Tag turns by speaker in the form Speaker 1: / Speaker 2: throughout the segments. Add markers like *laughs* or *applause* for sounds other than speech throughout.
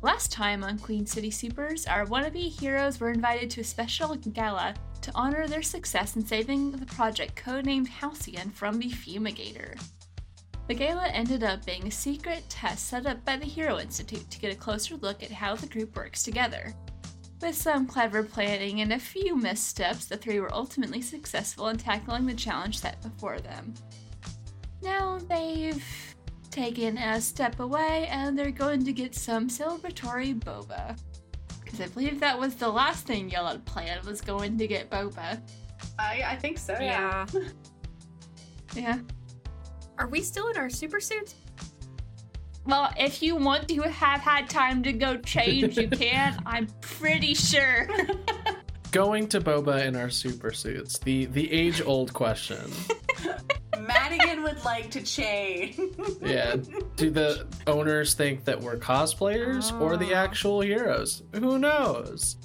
Speaker 1: Last time on Queen City Supers, our wannabe heroes were invited to a special gala to honor their success in saving the project codenamed Halcyon from the Fumigator. The gala ended up being a secret test set up by the Hero Institute to get a closer look at how the group works together. With some clever planning and a few missteps, the three were ultimately successful in tackling the challenge set before them. Now they've taken a step away and they're going to get some celebratory boba. Because I believe that was the last thing y'all had planned was going to get boba.
Speaker 2: I, I think so. Yeah.
Speaker 3: Yeah.
Speaker 1: Yeah.
Speaker 3: Are we still in our super *laughs* suits?
Speaker 1: Well, if you want to have had time to go change, you can. I'm pretty sure. *laughs*
Speaker 4: Going to Boba in our super suits. The the age old question.
Speaker 2: Madigan would like to change.
Speaker 4: Yeah. Do the owners think that we're cosplayers or the
Speaker 3: Ah.
Speaker 4: actual heroes? Who knows?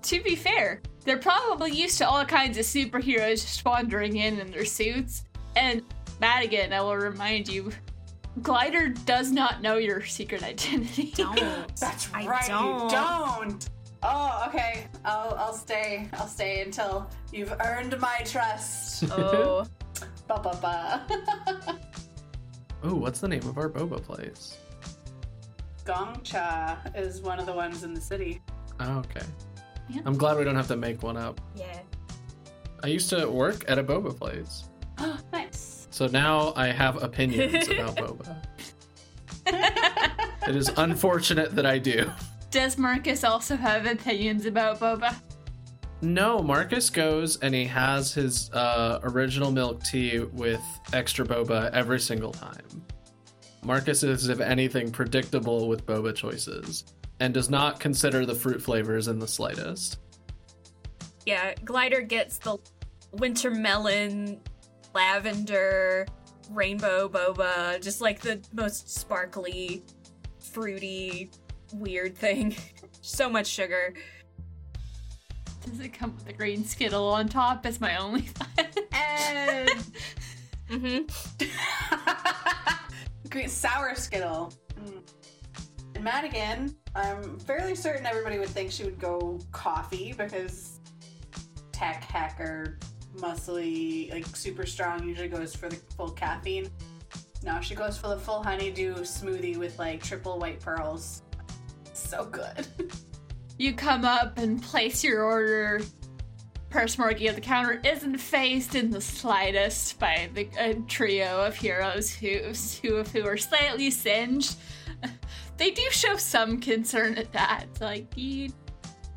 Speaker 1: to be fair, they're probably used to all kinds of superheroes just wandering in in their suits. And Madigan, I will remind you, Glider does not know your secret identity. *laughs*
Speaker 2: *laughs*
Speaker 3: Don't.
Speaker 2: That's
Speaker 3: I
Speaker 2: right.
Speaker 3: don't.
Speaker 2: You
Speaker 3: *laughs*
Speaker 2: don't. Oh, okay. I'll I'll stay. I'll stay until you've earned my *laughs* trust.
Speaker 1: oh.
Speaker 2: Ba ba ba. *laughs*
Speaker 4: Oh, what's the name of our Boba place?
Speaker 2: Gongcha is one of the ones in the city.
Speaker 4: Oh, okay.
Speaker 1: Yeah.
Speaker 4: I'm glad we don't have to make one up.
Speaker 3: Yeah.
Speaker 4: I used to work at a Boba place.
Speaker 2: nice.
Speaker 4: So now I have opinions about Boba. It is unfortunate that I do.
Speaker 1: Does Marcus also have opinions about Boba?
Speaker 4: No, Marcus goes and he has his uh, original milk tea with extra boba every single time. Marcus is, if anything, predictable with boba choices and does not consider the fruit flavors in the slightest.
Speaker 3: Yeah. Glider gets the winter melon, lavender, rainbow boba, just like the most sparkly, fruity, weird thing. *laughs* so much sugar.
Speaker 1: Does it come with a green Skittle on top? Is my only *laughs* thought.
Speaker 2: And
Speaker 3: Mm-hmm.
Speaker 2: *laughs* Green sour skittle. Mm. And Madigan, I'm fairly certain everybody would think she would go coffee because tech hacker, muscly, like super strong usually goes for the full caffeine. No, she goes for the full honeydew smoothie with like triple white pearls. So good.
Speaker 1: *laughs*
Speaker 2: *laughs*
Speaker 1: You come up and place your order. Purse Morgy at the counter isn't phased in the slightest by the a trio of heroes who, two of who are slightly singed. *laughs* They do show some concern at that. Like, you.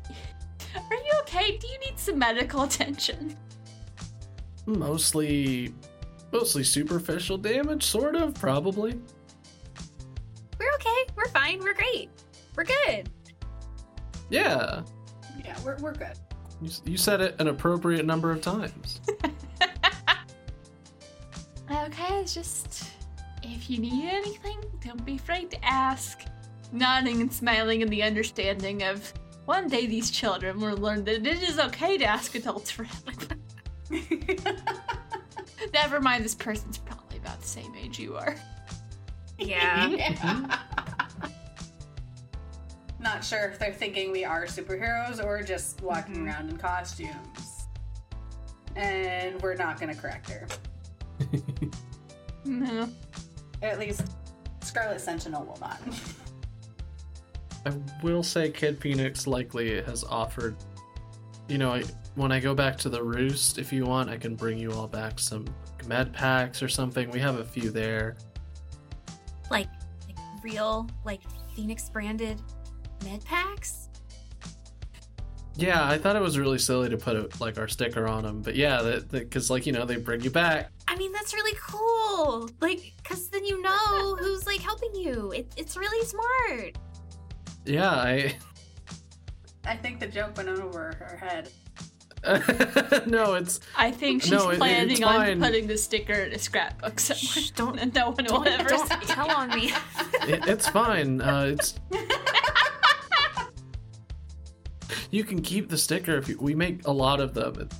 Speaker 1: Are you okay? Do you need some medical attention?
Speaker 4: Mostly, mostly superficial damage, sort of, probably.
Speaker 3: We're okay. We're fine. We're great. We're *laughs* good.
Speaker 4: Yeah,
Speaker 2: Yeah, we're, we're good. *laughs*
Speaker 4: you, s- you said it an appropriate number of times.
Speaker 1: Okay, it's just if you need anything, don't be afraid to ask. Nodding and smiling in the understanding of one day these children will learn that it is okay to ask adults for help. *laughs* Never mind, this person's probably about the same age you are.
Speaker 3: Yeah.
Speaker 2: Not sure if they're thinking we are superheroes or just walking
Speaker 1: Mhm.
Speaker 2: around in costumes. And we're not going to correct her.
Speaker 1: No.
Speaker 2: At least Scarlet Sentinel will not. *laughs*
Speaker 4: I will say Kid Phoenix likely has offered, you know, I, when I go back to the roost, if you want, I can bring you all back some med packs or something. We have a few there.
Speaker 3: like, like real like Phoenix branded med packs.
Speaker 4: Yeah, I thought it was really silly to put like our sticker on them, but yeah, that because like you know they bring you back.
Speaker 3: I mean, that's really cool. Like, cause then you know who's like helping you. It, it's really smart.
Speaker 4: Yeah, I *laughs*
Speaker 2: I think the joke went over her head.
Speaker 4: no, it's
Speaker 1: I think she's
Speaker 4: No, it- it-
Speaker 1: planning
Speaker 4: it's
Speaker 1: on
Speaker 4: fine.
Speaker 1: putting the sticker in a scrapbook somewhere.
Speaker 3: Shh, don't-
Speaker 1: *laughs* and no one will
Speaker 3: Don't,
Speaker 1: ever
Speaker 3: don't
Speaker 1: see.
Speaker 3: tell on me.
Speaker 4: it, it's fine. Uh, it's you can keep the sticker if you, we make a lot of them. It-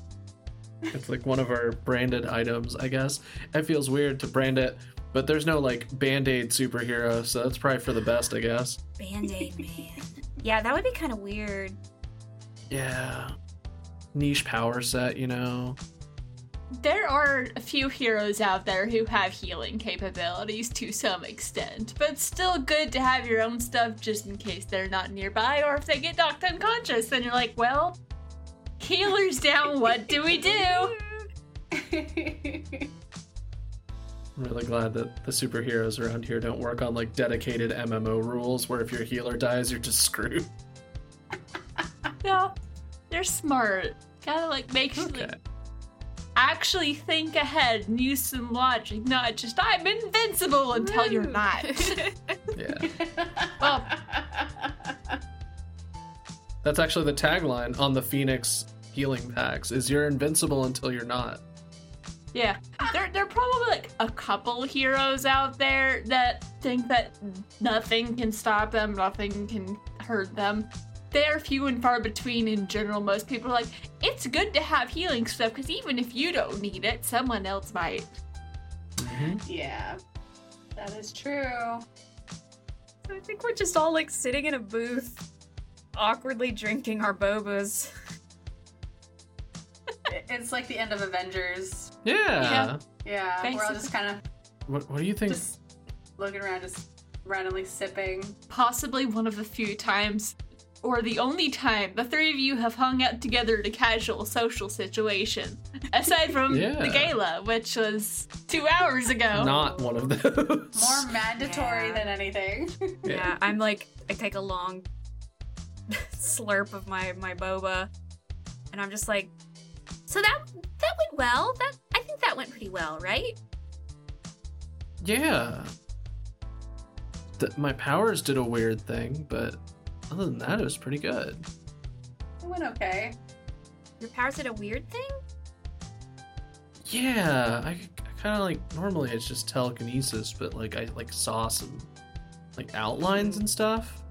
Speaker 4: It's like one of our branded items, I guess. It feels weird to brand it But there's no like band aid superhero, so that's probably for the best, I guess.
Speaker 3: Band Aid Man. yeah, that would be kind of weird.
Speaker 4: Yeah. Niche power set, you know.
Speaker 1: There are a few heroes out there who have healing capabilities to some extent, but still good to have your own stuff just in case they're not nearby or if they get knocked unconscious. Then you're like, well, healer's *laughs* down, what do we do?
Speaker 4: I'm really glad that the superheroes around here don't work on like dedicated MMO rules where if your healer dies, you're just screwed.
Speaker 1: No, they're smart. Gotta like make sure
Speaker 4: Okay.
Speaker 1: actually think ahead and use some logic, not just I'm invincible until you're not. *laughs*
Speaker 4: Yeah.
Speaker 1: Well-
Speaker 4: That's actually the tagline on the Phoenix healing packs is you're invincible until you're not.
Speaker 1: Yeah, there, there are probably like a couple heroes out there that think that nothing can stop them, nothing can hurt them. They are few and far between in general. Most people are like, it's good to have healing stuff because even if you don't need it, someone else might.
Speaker 2: *laughs* Mm-hmm. yeah, that is true.
Speaker 3: I think we're just all like sitting in a booth, awkwardly drinking our bobas.
Speaker 2: It- It's like the end of Avengers.
Speaker 4: Yeah.
Speaker 1: Yeah.
Speaker 2: Yeah, we're all just kind of
Speaker 4: What, what do you think?
Speaker 2: just looking around, just randomly sipping.
Speaker 1: Possibly one of the few times, or the only time, the three of you have hung out together in a casual social situation. *laughs* Aside from
Speaker 4: Yeah.
Speaker 1: the gala, which was two hours ago.
Speaker 4: Not one of those.
Speaker 2: More mandatory
Speaker 3: Yeah.
Speaker 2: than anything.
Speaker 4: *laughs*
Speaker 2: *laughs*
Speaker 4: Yeah.
Speaker 3: Yeah. I'm like, I take a long *laughs* slurp of my my boba, and I'm just like, so that that went well. That I think that went pretty well, right?
Speaker 4: yeah. Th- my powers did a weird thing, but other than that, it was pretty good.
Speaker 2: it went okay.
Speaker 3: Your powers did a weird thing.
Speaker 4: Yeah, I, kind of like normally it's just telekinesis, but like I like saw some like outlines and stuff.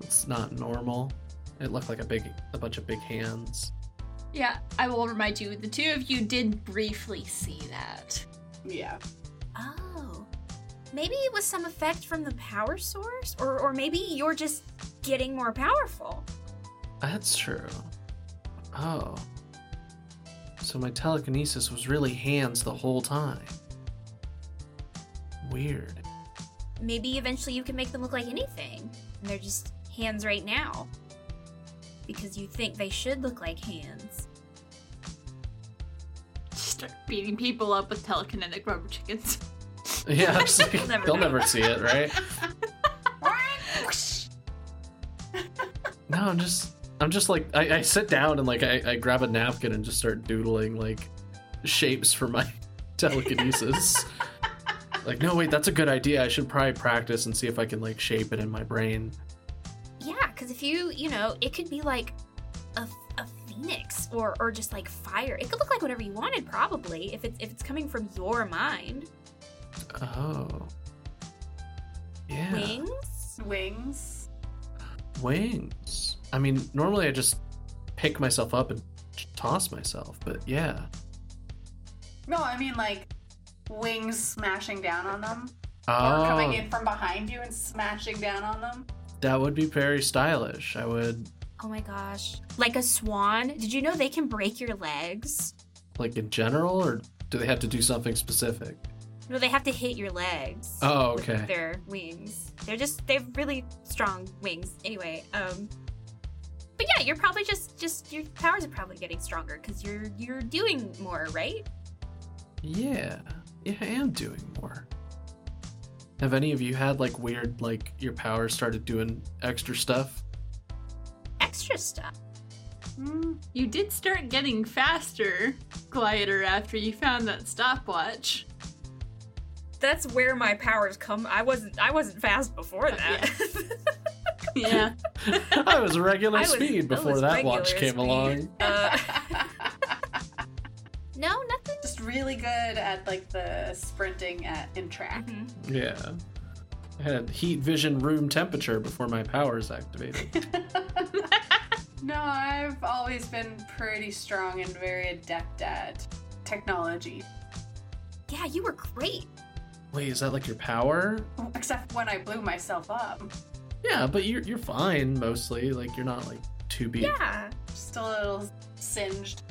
Speaker 4: It's not normal. It looked like a big a bunch of big hands.
Speaker 1: Yeah, I will remind you, the two of you did briefly see that.
Speaker 2: Yeah.
Speaker 3: Oh, maybe it was some effect from the power source, or or maybe you're just getting more powerful.
Speaker 4: That's true. Oh. So my telekinesis was really hands the whole time. Weird. *laughs*
Speaker 3: Maybe eventually you can make them look like anything, and they're just hands right now because you think they should look like hands.
Speaker 1: Just Start beating people up with telekinetic rubber chickens. *laughs*
Speaker 4: Yeah, I was like,
Speaker 3: We'll never
Speaker 4: they'll
Speaker 3: know.
Speaker 4: never see
Speaker 3: *laughs*
Speaker 4: it, right? No, I'm just I'm just like I, I sit down and like I, I grab a napkin and just start doodling like shapes for my *laughs*
Speaker 3: *laughs*
Speaker 4: telekinesis. like, no wait, that's a good idea. I should probably practice and see if I can like shape it in my brain.
Speaker 3: Yeah, because if you, you know, it could be like a, a phoenix or or just like fire. It could look like whatever you wanted, probably, if it's if it's coming from your mind.
Speaker 4: Oh. Yeah.
Speaker 3: Wings.
Speaker 2: Wings.
Speaker 4: Wings. I mean, normally I just pick myself up and toss myself, but yeah.
Speaker 2: No, I mean like wings smashing down on them. Or coming
Speaker 4: Oh,
Speaker 2: in from behind you and smashing down on them. *laughs*
Speaker 4: that would be very stylish. I would
Speaker 3: Oh my gosh, like a swan. Did you know they can break your legs?
Speaker 4: like in general, or do they have to do something specific?
Speaker 3: No, they have to hit your legs.
Speaker 4: Oh,
Speaker 3: with
Speaker 4: okay.
Speaker 3: their wings. They're just they have really strong wings. Anyway, um but yeah, you're probably just just your powers are probably getting stronger cuz you're you're doing more, right?
Speaker 4: Yeah. Yeah, I am doing more. Have any of you had like weird like your powers started doing extra stuff?
Speaker 3: *laughs* Extra stuff.
Speaker 2: Mm,
Speaker 1: You did start getting faster, Glider, after you found that *laughs* stopwatch.
Speaker 3: That's where my powers come. I wasn't I wasn't fast before
Speaker 1: that. Yeah.
Speaker 4: I was regular
Speaker 3: I was-
Speaker 4: speed
Speaker 3: I
Speaker 4: before
Speaker 3: was
Speaker 4: that watch
Speaker 3: regular
Speaker 4: came
Speaker 3: speed.
Speaker 4: along.
Speaker 3: *laughs* Uh, no, nothing.
Speaker 2: Just really good at like the sprinting at in track.
Speaker 3: Mhm.
Speaker 4: Yeah. I had heat vision room temperature before my
Speaker 1: *laughs*
Speaker 4: powers activated.
Speaker 2: No, I've always been pretty strong and very adept at technology.
Speaker 3: Yeah, you were great.
Speaker 4: Wait, is that like your power?
Speaker 2: Except when I blew myself up.
Speaker 4: Yeah, but you're you're fine mostly. Like you're not like too beat.
Speaker 3: Yeah.
Speaker 2: Still a little singed.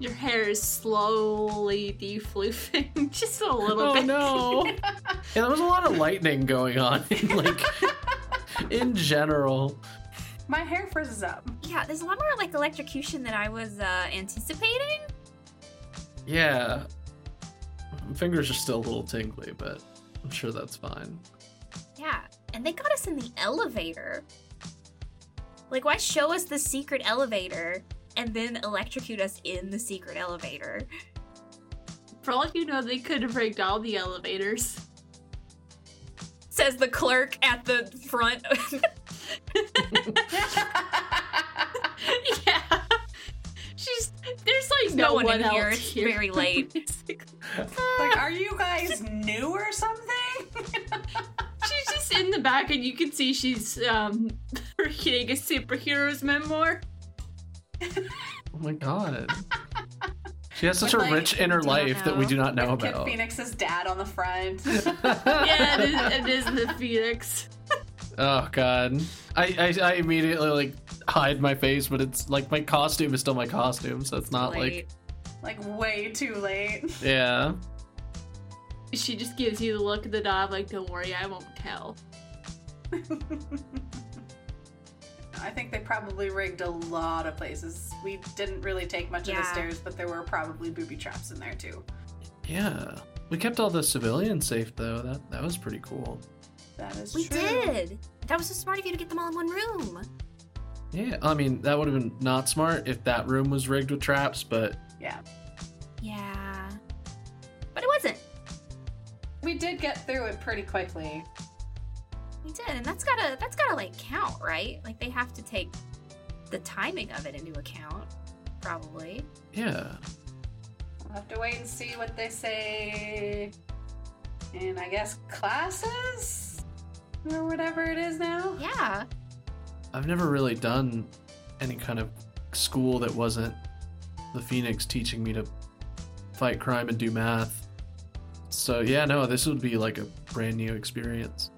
Speaker 1: Your hair is slowly defloofing *laughs* just a little
Speaker 4: Oh
Speaker 1: bit. *laughs*
Speaker 4: no! yeah, there was a lot of lightning going on. *laughs* In, like in general,
Speaker 2: My hair frizzes up. *laughs*
Speaker 3: Yeah, there's a lot more like electrocution than I was uh, anticipating.
Speaker 4: yeah. My fingers are still a little tingly, but I'm sure that's fine.
Speaker 3: Yeah, and they got us in the elevator. Like, why show us the secret elevator and then electrocute us in the secret elevator?
Speaker 1: For all you know, they could have rigged all the elevators. *laughs*
Speaker 3: Says the clerk at the front. *laughs*
Speaker 1: yeah. She's there's like
Speaker 3: no, one, in
Speaker 1: else
Speaker 3: here.
Speaker 1: *laughs*
Speaker 3: It's very late.
Speaker 1: Basically.
Speaker 2: like, are you guys new or something?
Speaker 1: she's just in the back, and you can see she's um *laughs* reading a superhero's *laughs* memoir.
Speaker 4: Oh my god. She has such
Speaker 2: With,
Speaker 4: a
Speaker 2: like,
Speaker 4: rich inner
Speaker 3: don't
Speaker 4: life that we
Speaker 3: know.
Speaker 4: do not know
Speaker 2: Kid
Speaker 4: about.
Speaker 2: Phoenix's dad on the front.
Speaker 1: *laughs*
Speaker 4: *laughs*
Speaker 1: Yeah, it is, it is the Phoenix.
Speaker 4: Oh god. I, I I immediately like hide my face, but it's like my costume is still my costume, so it's not like
Speaker 3: Late.
Speaker 2: like way too late.
Speaker 4: yeah.
Speaker 1: She just gives you the look of the dog, like, "Don't worry, I won't tell."
Speaker 2: I think they probably rigged a lot of places. We didn't really take much of the
Speaker 3: Yeah.
Speaker 2: stairs, but there were probably booby traps in there too.
Speaker 4: Yeah. We kept all the civilians safe though. That that was pretty cool.
Speaker 2: That is
Speaker 3: we
Speaker 2: true.
Speaker 3: did. That was so smart of you to get them all in one room.
Speaker 4: Yeah. I mean, that would have been not smart if that room was rigged with traps, but
Speaker 2: Yeah.
Speaker 3: Yeah, but it wasn't.
Speaker 2: We did get through it pretty quickly.
Speaker 3: We did, and that's gotta that's gotta like count, right? Like they have to take the timing of it into account, probably.
Speaker 4: yeah.
Speaker 2: We'll have to wait and see what they say. And I guess classes? Or whatever it is now?
Speaker 3: Yeah.
Speaker 4: I've never really done any kind of school that wasn't the Phoenix teaching me to fight crime and do math. So yeah, no, this would be like a brand new experience.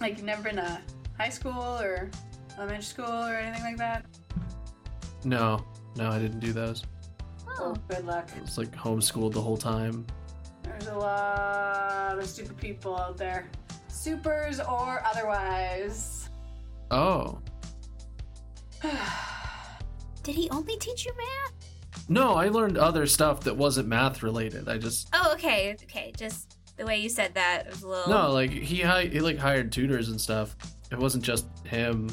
Speaker 2: Like, you've never been to high school or elementary school or anything like that?
Speaker 4: No, no, I didn't do those.
Speaker 3: Oh.
Speaker 2: good luck.
Speaker 4: I was like homeschooled the whole time.
Speaker 2: There's a lot of stupid people out there. Supers or otherwise. *sighs*
Speaker 4: Oh.
Speaker 2: Oh,
Speaker 3: Did he only teach you math?
Speaker 4: No, I learned other stuff that wasn't math related. I just
Speaker 3: Oh, okay, okay. Just the way you said that was a little.
Speaker 4: No, like he hi- he like hired tutors and stuff. It wasn't just him.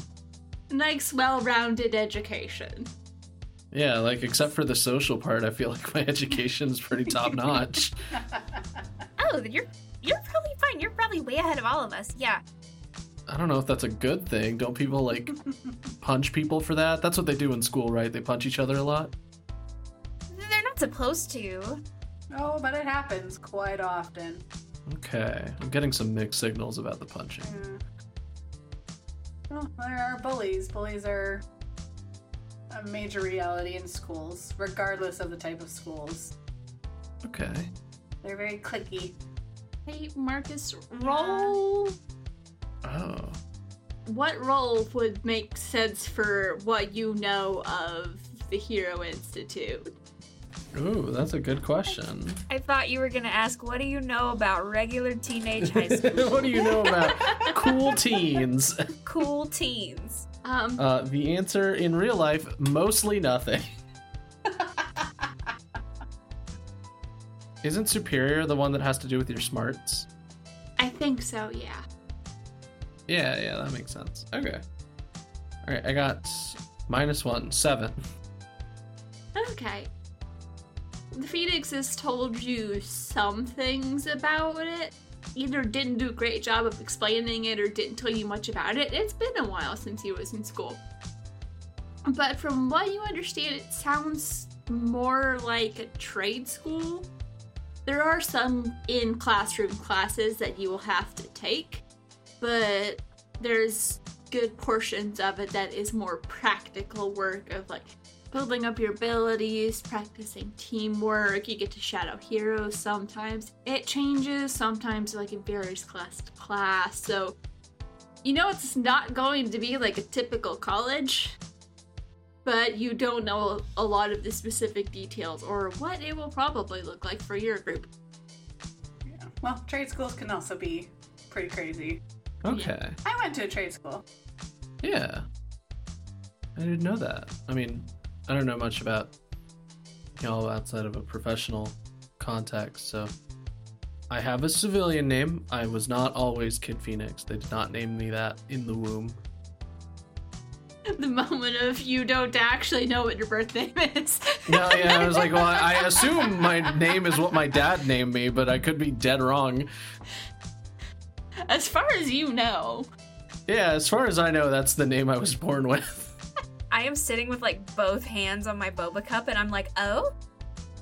Speaker 1: Nice, well-rounded education.
Speaker 4: Yeah, like except for the social part, I feel like my *laughs* education is pretty top notch.
Speaker 3: Oh, then you're you're probably fine. You're probably way ahead of all of us. Yeah.
Speaker 4: I don't know if that's a good thing. Don't people like punch people for that? That's what they do in school, right? They punch each other a lot.
Speaker 3: They're not supposed to.
Speaker 2: Oh, but it happens quite often.
Speaker 4: Okay, I'm getting some mixed signals about the punching.
Speaker 2: Yeah. Well, Hmm. Oh, there are bullies. Bullies are a major reality in schools, regardless of the type of schools.
Speaker 4: Okay,
Speaker 2: They're very clicky.
Speaker 1: Hey, Marcus, roll.
Speaker 4: oh,
Speaker 1: What role would make sense for what you know of the Hero Institute?
Speaker 4: ooh, that's a good question.
Speaker 3: I thought you were gonna ask, what do you know about regular teenage
Speaker 4: *laughs*
Speaker 3: high school
Speaker 4: what do you know about cool teens?
Speaker 3: cool teens?
Speaker 1: Um,
Speaker 4: Uh, the answer in real life, mostly
Speaker 3: *laughs*
Speaker 4: nothing. Isn't superior the one that has to do with your smarts?
Speaker 1: I think so, yeah.
Speaker 4: Yeah, yeah, that makes sense. Okay. All right, I got minus one, seven.
Speaker 1: Okay. The Phoenix has told you some things about it. Either didn't do a great job of explaining it or didn't tell you much about it. It's been a while since he was in school. But from what you understand, it sounds more like a trade school. There are some in classroom classes that you will have to take, but there's good portions of it that is more practical work of like building up your abilities, practicing teamwork. You get to shadow heroes sometimes. It changes sometimes, like it varies class to class. So, you know, it's not going to be like a typical college, but you don't know a lot of the specific details or what it will probably look like for your group. *laughs*
Speaker 2: Yeah. Well, trade schools can also be pretty crazy.
Speaker 4: Okay.
Speaker 2: I went to a trade school.
Speaker 4: Yeah. I didn't know that. I mean, I don't know much about y'all outside of a professional context, so I have a civilian name. I was not always Kid Phoenix. They did not name me that in the womb.
Speaker 1: The moment of you don't actually know what your birth name *laughs* is.
Speaker 4: No, yeah, I was like, well, I I assume my name is what my dad named me, but I could be dead wrong.
Speaker 1: *laughs* As far as you know,
Speaker 4: Yeah, as far as I know, that's the name I was born with. *laughs*
Speaker 3: I am sitting with like both hands on my boba cup, and I'm like, oh,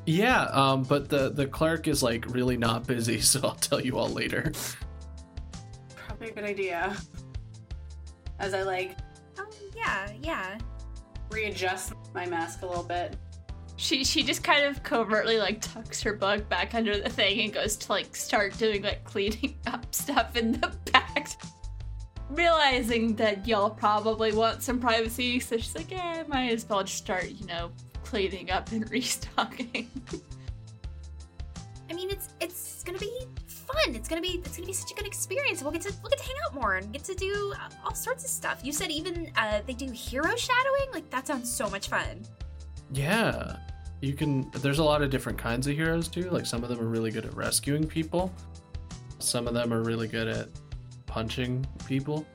Speaker 4: Yeah, um, but the the clerk is like really not busy, *laughs* so I'll tell you all later.
Speaker 2: Probably a good idea. As I like
Speaker 3: um, yeah, yeah.
Speaker 2: readjust my mask a little bit.
Speaker 1: she she just kind of covertly like tucks her bug back under the thing and goes to like start doing like cleaning *laughs* up stuff in the back. Realizing that y'all probably want some privacy, so she's like, yeah, might as well just start, you know, cleaning up and *laughs* restocking.
Speaker 3: I mean, it's it's gonna be fun. It's gonna be it's gonna be such a good experience. We'll get to we'll get to hang out more and get to do uh, all sorts of stuff. You said even uh, they do hero shadowing. Like that sounds so much fun.
Speaker 4: Yeah. You can there's a lot of different kinds of heroes too. Like some of them are really good at rescuing people. Some of them are really good at punching people.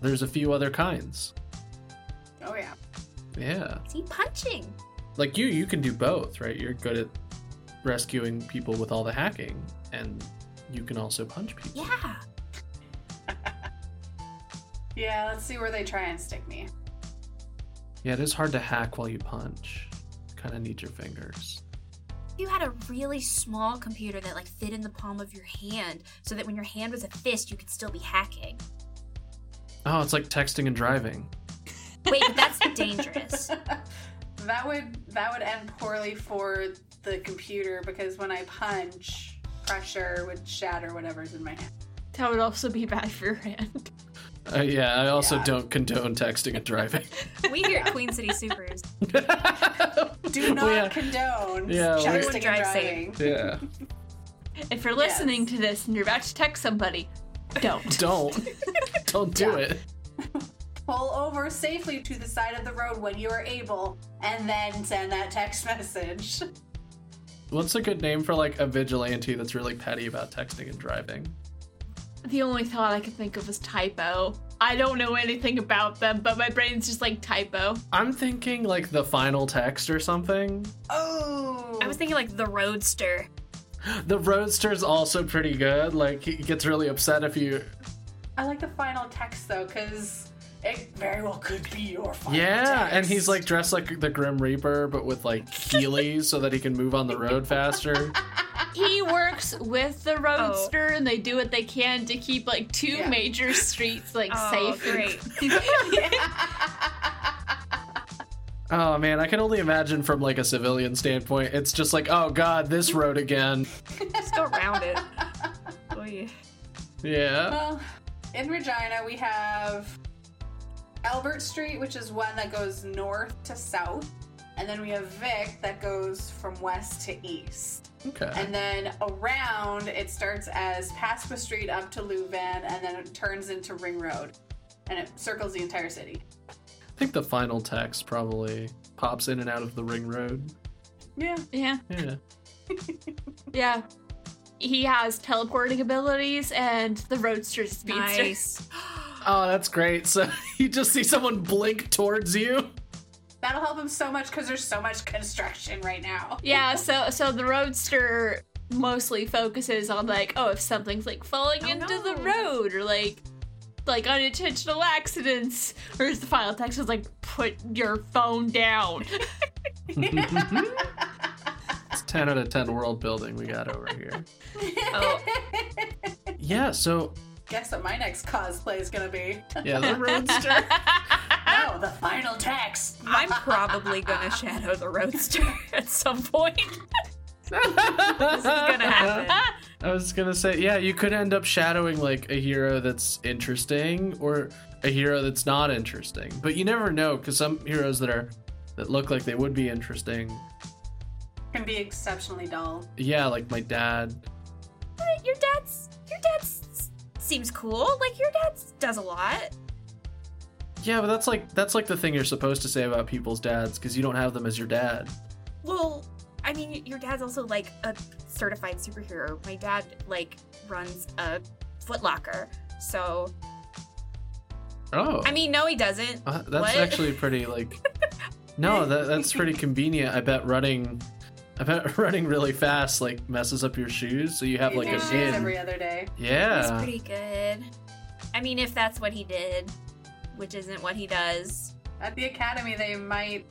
Speaker 4: There's a few other kinds.
Speaker 2: Oh yeah.
Speaker 4: Yeah.
Speaker 3: See, punching.
Speaker 4: Like you you can do both, right? You're good at rescuing people with all the hacking and you can also punch people.
Speaker 3: Yeah.
Speaker 2: Yeah, let's see where they try and stick me. *laughs*
Speaker 4: Yeah, it is hard to hack while you punch. Kind of need your fingers.
Speaker 3: If you had a really small computer that like fit in the palm of your hand, so that when your hand was a fist, you could still be hacking.
Speaker 4: Oh, it's like texting and driving.
Speaker 3: Wait, but *laughs* that's dangerous.
Speaker 2: that would that would end poorly for the computer because when I punch, pressure would shatter whatever's in my hand.
Speaker 1: That would also be bad for your hand.
Speaker 4: Uh, yeah, I also
Speaker 2: Yeah.
Speaker 4: don't condone texting
Speaker 2: *laughs*
Speaker 4: and driving.
Speaker 3: We here at Queen City Supers.
Speaker 2: Do not
Speaker 4: *laughs* Well, yeah.
Speaker 2: condone
Speaker 4: Yeah, we-
Speaker 2: chopstick and
Speaker 3: Drive safe.
Speaker 2: driving.
Speaker 4: Yeah.
Speaker 1: If you're
Speaker 2: Yes.
Speaker 1: listening to this and you're about to text somebody, don't.
Speaker 2: *laughs*
Speaker 4: *laughs* Don't. Don't do
Speaker 2: Yeah.
Speaker 4: it.
Speaker 2: Pull over safely to the side of the road when you are able, and then send that text *laughs* message.
Speaker 4: What's a good name for like a vigilante that's really petty about texting and driving?
Speaker 1: The only thought I could think of was typo. I don't know anything about them, but my brain's just like typo.
Speaker 4: I'm thinking like the final text or something.
Speaker 2: Oh,
Speaker 3: I was thinking like the roadster.
Speaker 4: The roadster's also pretty good. Like he gets really upset if you
Speaker 2: I like the final text though, because it very well could be your final
Speaker 4: Yeah, and he's
Speaker 2: text.
Speaker 4: like dressed like the Grim Reaper but with like heelys so that he can move on the
Speaker 2: *laughs*
Speaker 4: road faster.
Speaker 1: He works with
Speaker 3: Oh.
Speaker 1: the roadster, and they do what they can to keep like two
Speaker 2: Yeah.
Speaker 1: major streets like
Speaker 3: Oh,
Speaker 1: safe.
Speaker 3: great.
Speaker 2: *laughs*
Speaker 4: Oh man, I can only imagine from like a civilian standpoint. It's just like, "Oh god, this road again."
Speaker 3: *laughs* Just go around it. Oh yeah.
Speaker 4: Yeah.
Speaker 2: Well, in Regina, we have Albert Street, which is one that goes north to south. And then we have Vic that goes from west to east.
Speaker 4: Okay.
Speaker 2: And then around, it starts as Pasqua Street up to Louvain, and then it turns into Ring Road. And it circles the entire city.
Speaker 4: I think the final text probably pops in and out of the ring road.
Speaker 2: Yeah.
Speaker 1: *laughs* Yeah,
Speaker 3: *gasps*
Speaker 4: Yeah.
Speaker 1: yeah. He has teleporting abilities, and the roadster's speedster.
Speaker 3: Nice.
Speaker 4: Oh, that's great. So *laughs* you just see someone blink towards you.
Speaker 2: That'll help him so much because there's so much construction right now.
Speaker 1: *laughs* Yeah, so so the roadster mostly focuses on like, oh, if something's like falling
Speaker 3: Oh,
Speaker 1: into
Speaker 3: no.
Speaker 1: the road or like like unintentional accidents. Whereas the final text is like, put your phone down.
Speaker 4: it's 10 out of 10 world building we got over here.
Speaker 2: *laughs*
Speaker 3: Oh,
Speaker 4: Yeah, so
Speaker 2: Guess what my next cosplay is going to be?
Speaker 4: yeah, the roadster.
Speaker 2: Oh, the final text.
Speaker 3: I'm probably gonna shadow the roadster *laughs* at some point. *laughs*
Speaker 4: this
Speaker 3: This is *laughs* gonna *laughs* happen.
Speaker 4: I was gonna say, yeah, you could end up shadowing like a hero that's interesting or a hero that's not interesting, but you never know because some heroes that are that look like they would be interesting,
Speaker 2: Can be exceptionally dull.
Speaker 4: yeah, like my dad.
Speaker 3: But your dad's your dad's seems cool. Like your dad's does a lot.
Speaker 4: Yeah, but that's like that's like the thing you're supposed to say about people's dads because you don't have them as your dad.
Speaker 3: Well, I mean, your dad's also like a certified superhero. My dad like runs a Foot Locker. So
Speaker 4: Oh,
Speaker 3: I mean, no, he doesn't.
Speaker 4: Uh, that's
Speaker 3: What?
Speaker 4: actually
Speaker 3: *laughs*
Speaker 4: pretty like. No, that, that's pretty convenient. I bet running, I bet *laughs* running really fast like messes up your shoes, so you have
Speaker 2: You
Speaker 4: like
Speaker 2: do
Speaker 4: an
Speaker 2: shoes
Speaker 4: in.
Speaker 2: every other day.
Speaker 3: He's
Speaker 4: yeah.
Speaker 3: pretty good. I mean, if that's what he did, which isn't what he does.
Speaker 2: At the academy, they might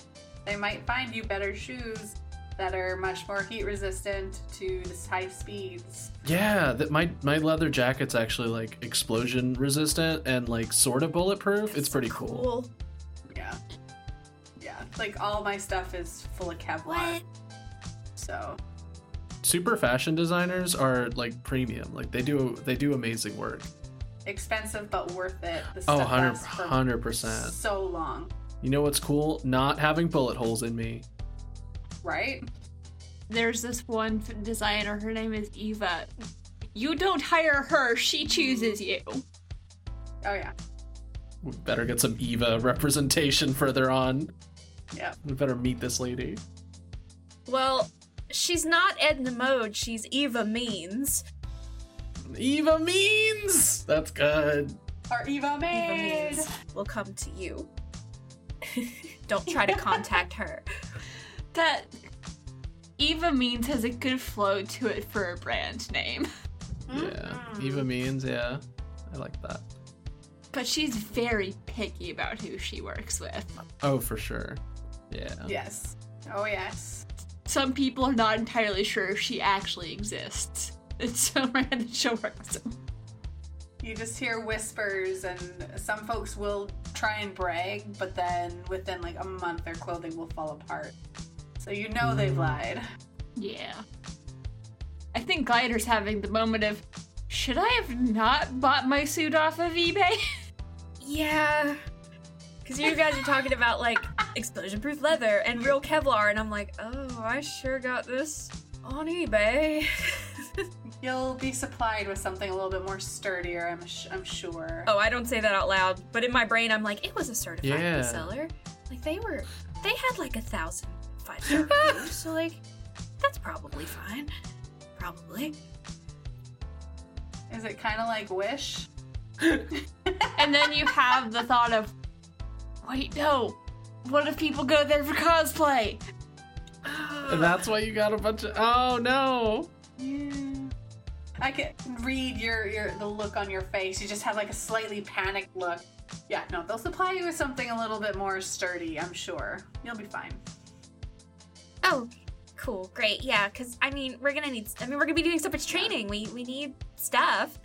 Speaker 2: they might find you better shoes that are much more heat resistant to this high speeds.
Speaker 4: Yeah, that my my leather jacket's actually like explosion resistant and like sort of bulletproof. It's pretty cool.
Speaker 2: Yeah, yeah. Like all my stuff is full of Kevlar,
Speaker 3: What?
Speaker 2: so
Speaker 4: Super fashion designers are like premium. Like they do they do amazing work.
Speaker 2: expensive but worth it. The
Speaker 4: Oh,
Speaker 2: stuff
Speaker 4: 100
Speaker 2: lasts for
Speaker 4: percent.
Speaker 2: so long,
Speaker 4: You know what's cool? Not having bullet holes in me.
Speaker 2: right?
Speaker 1: There's this one f- designer, her name is Eva. You don't hire her, she chooses you.
Speaker 2: Oh yeah,
Speaker 4: We better get some Eva *laughs* representation further on.
Speaker 2: yeah.
Speaker 4: We better meet this lady.
Speaker 3: Well, she's not Edna Mode. She's Eva Means.
Speaker 4: Eva means that's good.
Speaker 2: Or Eva
Speaker 3: Eva
Speaker 2: made.
Speaker 3: Means will come to you. *laughs* Don't try to contact her.
Speaker 1: That Eva means has a good flow to it for a brand name.
Speaker 4: Yeah, Eva means. Yeah, I like that.
Speaker 1: But she's very picky about who she works with.
Speaker 4: Oh, for sure. Yeah.
Speaker 2: Yes. Oh yes.
Speaker 1: Some people are not entirely sure if she actually exists. It's so *laughs* rare that she'll work with someone.
Speaker 2: You just hear whispers, and some folks will try and brag, but then within like a month, their clothing will fall apart. So you know they've lied.
Speaker 1: Yeah. I think Glider's having the moment of, should I have not bought my suit off of eBay?
Speaker 3: Yeah. Because you guys are talking about like explosion proof leather and real Kevlar, and I'm like, oh, I sure got this on eBay. *laughs*
Speaker 2: You'll be supplied with something a little bit more sturdier, I'm, sh- I'm sure.
Speaker 3: oh, I don't say that out loud, but in my brain, I'm like, it was a certified
Speaker 4: Yeah.
Speaker 3: reseller. Like they were, they had like a thousand five star reviews, so like that's probably fine. Probably.
Speaker 2: Is it kind of like Wish?
Speaker 1: and then you have the thought of, wait, no. What if people go there for cosplay?
Speaker 4: And that's why you got a bunch of. Oh no!
Speaker 2: Yeah. I can read your, your the look on your face. You just have like a slightly panicked look. Yeah, no, they'll supply you with something a little bit more sturdy, I'm sure. You'll be fine.
Speaker 3: Oh, cool, great, yeah. Because I mean, we're gonna need. I mean, we're gonna be doing so much training. We we need stuff,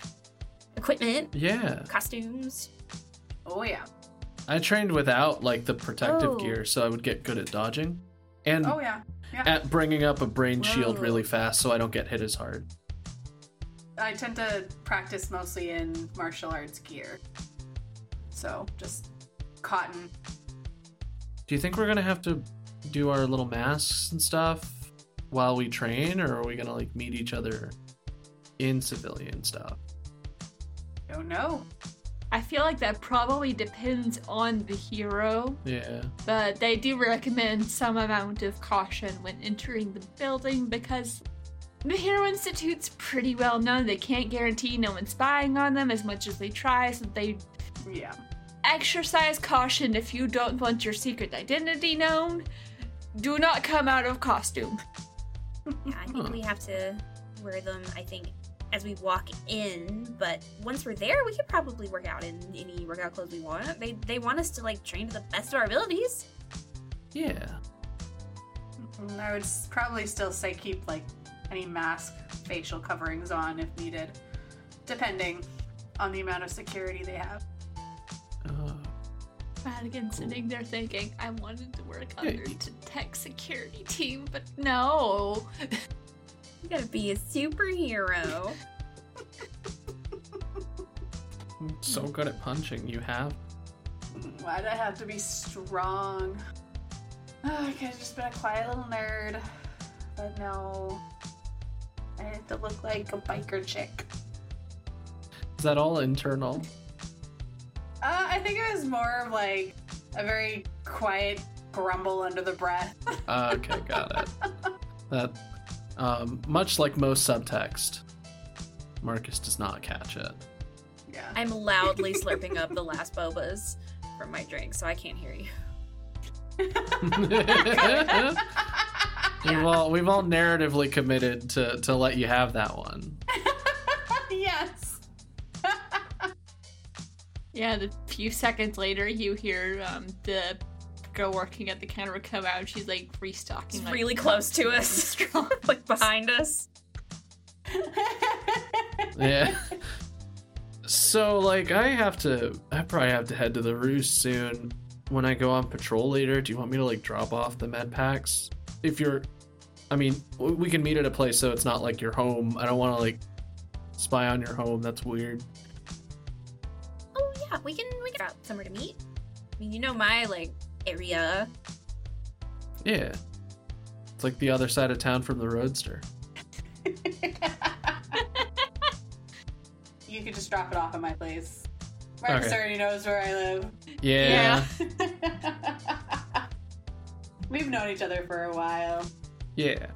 Speaker 3: equipment,
Speaker 4: Yeah,
Speaker 3: costumes.
Speaker 2: Oh, yeah.
Speaker 4: I trained without like the protective
Speaker 3: Oh.
Speaker 4: gear, so I would get good at dodging, and
Speaker 2: Oh, yeah.
Speaker 4: at bringing up a brain shield
Speaker 3: Whoa.
Speaker 4: really fast, so I don't get hit as hard.
Speaker 2: I tend to practice mostly in martial arts gear. So just cotton.
Speaker 4: Do you think we're gonna have to do our little masks and stuff while we train, or are we gonna like meet each other in civilian stuff?
Speaker 2: Don't know.
Speaker 1: I feel like that probably depends on the hero,
Speaker 4: Yeah.
Speaker 1: but they do recommend some amount of caution when entering the building because the Hero Institute's pretty well known. They can't guarantee no one's spying on them as much as they try, so they
Speaker 2: Yeah.
Speaker 1: exercise caution if you don't want your secret identity known. Do not come out of costume.
Speaker 3: Yeah, I think
Speaker 4: Huh.
Speaker 3: we have to wear them. I think as we walk in, but once we're there, we could probably work out in any workout clothes we want. They they want us to like train to the best of our abilities.
Speaker 4: Yeah.
Speaker 2: Mm, I would s- probably still say keep like any mask, facial coverings on if needed, depending on the amount of security they have.
Speaker 4: Oh.
Speaker 1: Madigan sitting there thinking, I wanted to work
Speaker 4: Yeah,
Speaker 1: under
Speaker 4: you-
Speaker 1: t- tech security team, but no.
Speaker 3: You gotta be a superhero.
Speaker 4: I'm so good at punching. You have.
Speaker 2: Why'd Mm, I have to be strong? *sighs* Oh, I could have just been a quiet little nerd. But no. I had to look like a biker chick.
Speaker 4: Is that all internal?
Speaker 2: Uh, I think it was more of like a very quiet grumble under the breath.
Speaker 4: Uh, *laughs* okay, got it. That, um, much like most subtext, Marcus does not catch it. *laughs*
Speaker 2: Yeah.
Speaker 3: I'm loudly slurping up the last bobas from my drink, so I can't hear you.
Speaker 4: we've all we've all narratively committed to to let you have that one.
Speaker 2: *laughs* yes.
Speaker 1: Yeah, the few seconds later, you hear um, the girl working at the counter come out and she's like restocking.
Speaker 3: It's
Speaker 1: like,
Speaker 3: really
Speaker 1: *laughs*
Speaker 3: close to
Speaker 1: really
Speaker 3: us,
Speaker 1: strong.
Speaker 3: *laughs* like behind us.
Speaker 4: Yeah. So like I have to I probably have to head to the roost soon. When I go on patrol later, do you want me to like drop off the med packs? If you're I mean, w- we can meet at a place so it's not like your home. I don't want to like spy on your home. That's weird.
Speaker 3: Oh yeah, we can we can figure out somewhere to meet. I mean, you know my like area.
Speaker 4: Yeah. It's like the other side of town from the roadster.
Speaker 2: you could just drop it off at my place. Marcus
Speaker 4: Okay.
Speaker 2: already knows where I live.
Speaker 4: Yeah.
Speaker 2: *laughs* we've known each other for a while.
Speaker 4: Yeah.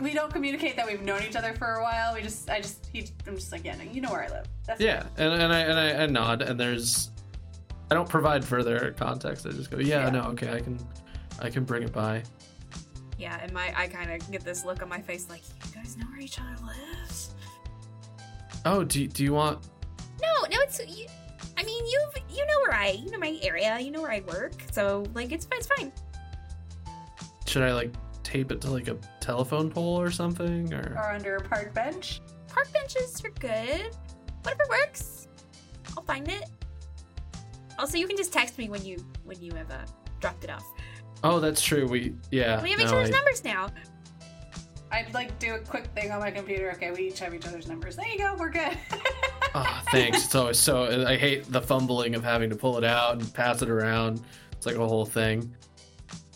Speaker 2: We don't communicate that we've known each other for a while. We just, I just, he, I'm just like, yeah, no, you know where I live. That's
Speaker 4: Yeah. And, and I and I, I nod and there's I don't provide further context. I just go, yeah,
Speaker 2: Yeah.
Speaker 4: no, okay, I can I can bring it by.
Speaker 3: Yeah, and my I kind of get this look on my face like you guys know where each other lives.
Speaker 4: Oh, do, do you want
Speaker 3: No, no, it's you. I mean, you have you know where I you know my area, you know where I work, so like it's it's fine.
Speaker 4: Should I like tape it to like a telephone pole or something? Or
Speaker 2: Or under a park bench.
Speaker 3: Park benches are good. Whatever works, I'll find it. Also, you can just text me when you when you have uh, dropped it off.
Speaker 4: oh, that's true. We yeah.
Speaker 3: we have
Speaker 4: no,
Speaker 3: each other's
Speaker 4: I-
Speaker 3: numbers now.
Speaker 2: I'd like do a quick thing on my computer. Okay, we each have each other's numbers. There you go. We're good. *laughs*
Speaker 3: *laughs*
Speaker 4: Ah, thanks. It's always so. I hate the fumbling of having to pull it out and pass it around. It's like a whole thing.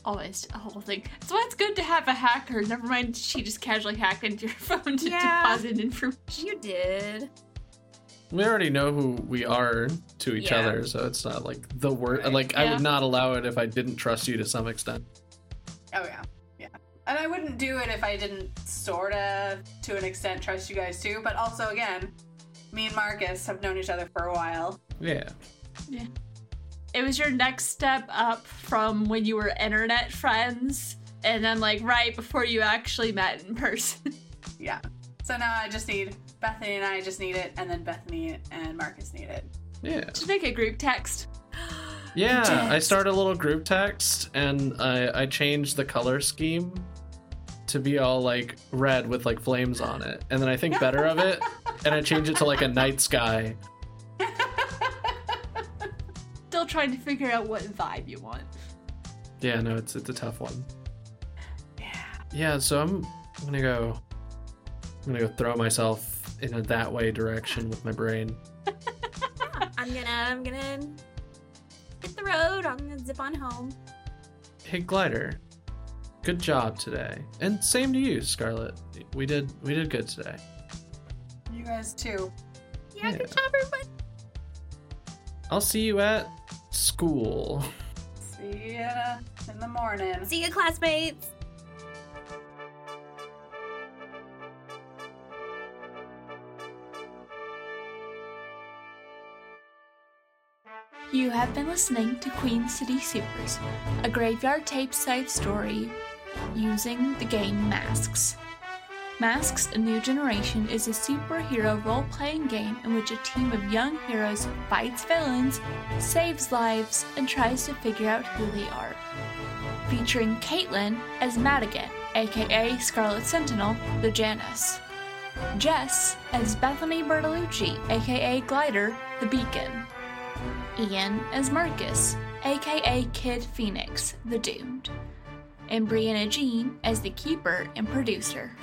Speaker 1: Always a whole thing. That's why it's good to have a hacker. Never mind, she just casually hacked into your *laughs* phone to
Speaker 3: Yeah.
Speaker 1: deposit information.
Speaker 3: You did.
Speaker 4: We already know who we are to each
Speaker 3: Yeah.
Speaker 4: other, so it's not like the worst.
Speaker 2: Right.
Speaker 4: Like I
Speaker 1: Yeah.
Speaker 4: would not allow it if I didn't trust you to some extent.
Speaker 2: Oh yeah, yeah. And I wouldn't do it if I didn't sorta, to an extent, trust you guys too. But also, again, me and Marcus have known each other for a while.
Speaker 4: Yeah.
Speaker 1: It was your next step up from when you were internet friends, and then like right before you actually met in person. *laughs*
Speaker 2: Yeah. So now I just need Bethany and I just need it, and then Bethany and Marcus need it.
Speaker 4: Yeah.
Speaker 1: Just make a group text.
Speaker 4: Yeah. I
Speaker 1: Text.
Speaker 4: start a little group text and I I change the color scheme to be all like red with like flames on it. And then I think better of it and I change it to like a night sky.
Speaker 1: Still trying to figure out what vibe you want.
Speaker 4: Yeah, no, it's it's a tough one.
Speaker 2: Yeah.
Speaker 4: Yeah, so I'm I'm gonna go I'm gonna go throw myself in a that way direction with my brain.
Speaker 3: I'm gonna I'm gonna hit the road. I'm gonna zip on home.
Speaker 4: Hey Glider, good job today. And same to you, Scarlet. We did we did good today.
Speaker 2: You guys too.
Speaker 3: Yeah,
Speaker 4: Yeah.
Speaker 3: good job, everybody.
Speaker 4: I'll see you at school.
Speaker 2: See ya in the morning.
Speaker 3: See you, classmates.
Speaker 1: You have been listening to Queen City Supers, a graveyard tape side story using the game Masks. Masks A New Generation is a superhero role playing game in which a team of young heroes fights villains, saves lives, and tries to figure out who they are. Featuring Caitlin as Madigan, aka Scarlet Sentinel, the Janus. Jess as Bethany Bertolucci, aka Glider, the Beacon. Ian as Marcus, aka Kid Phoenix, the Doomed, and Brianna Jean as the Keeper and Producer.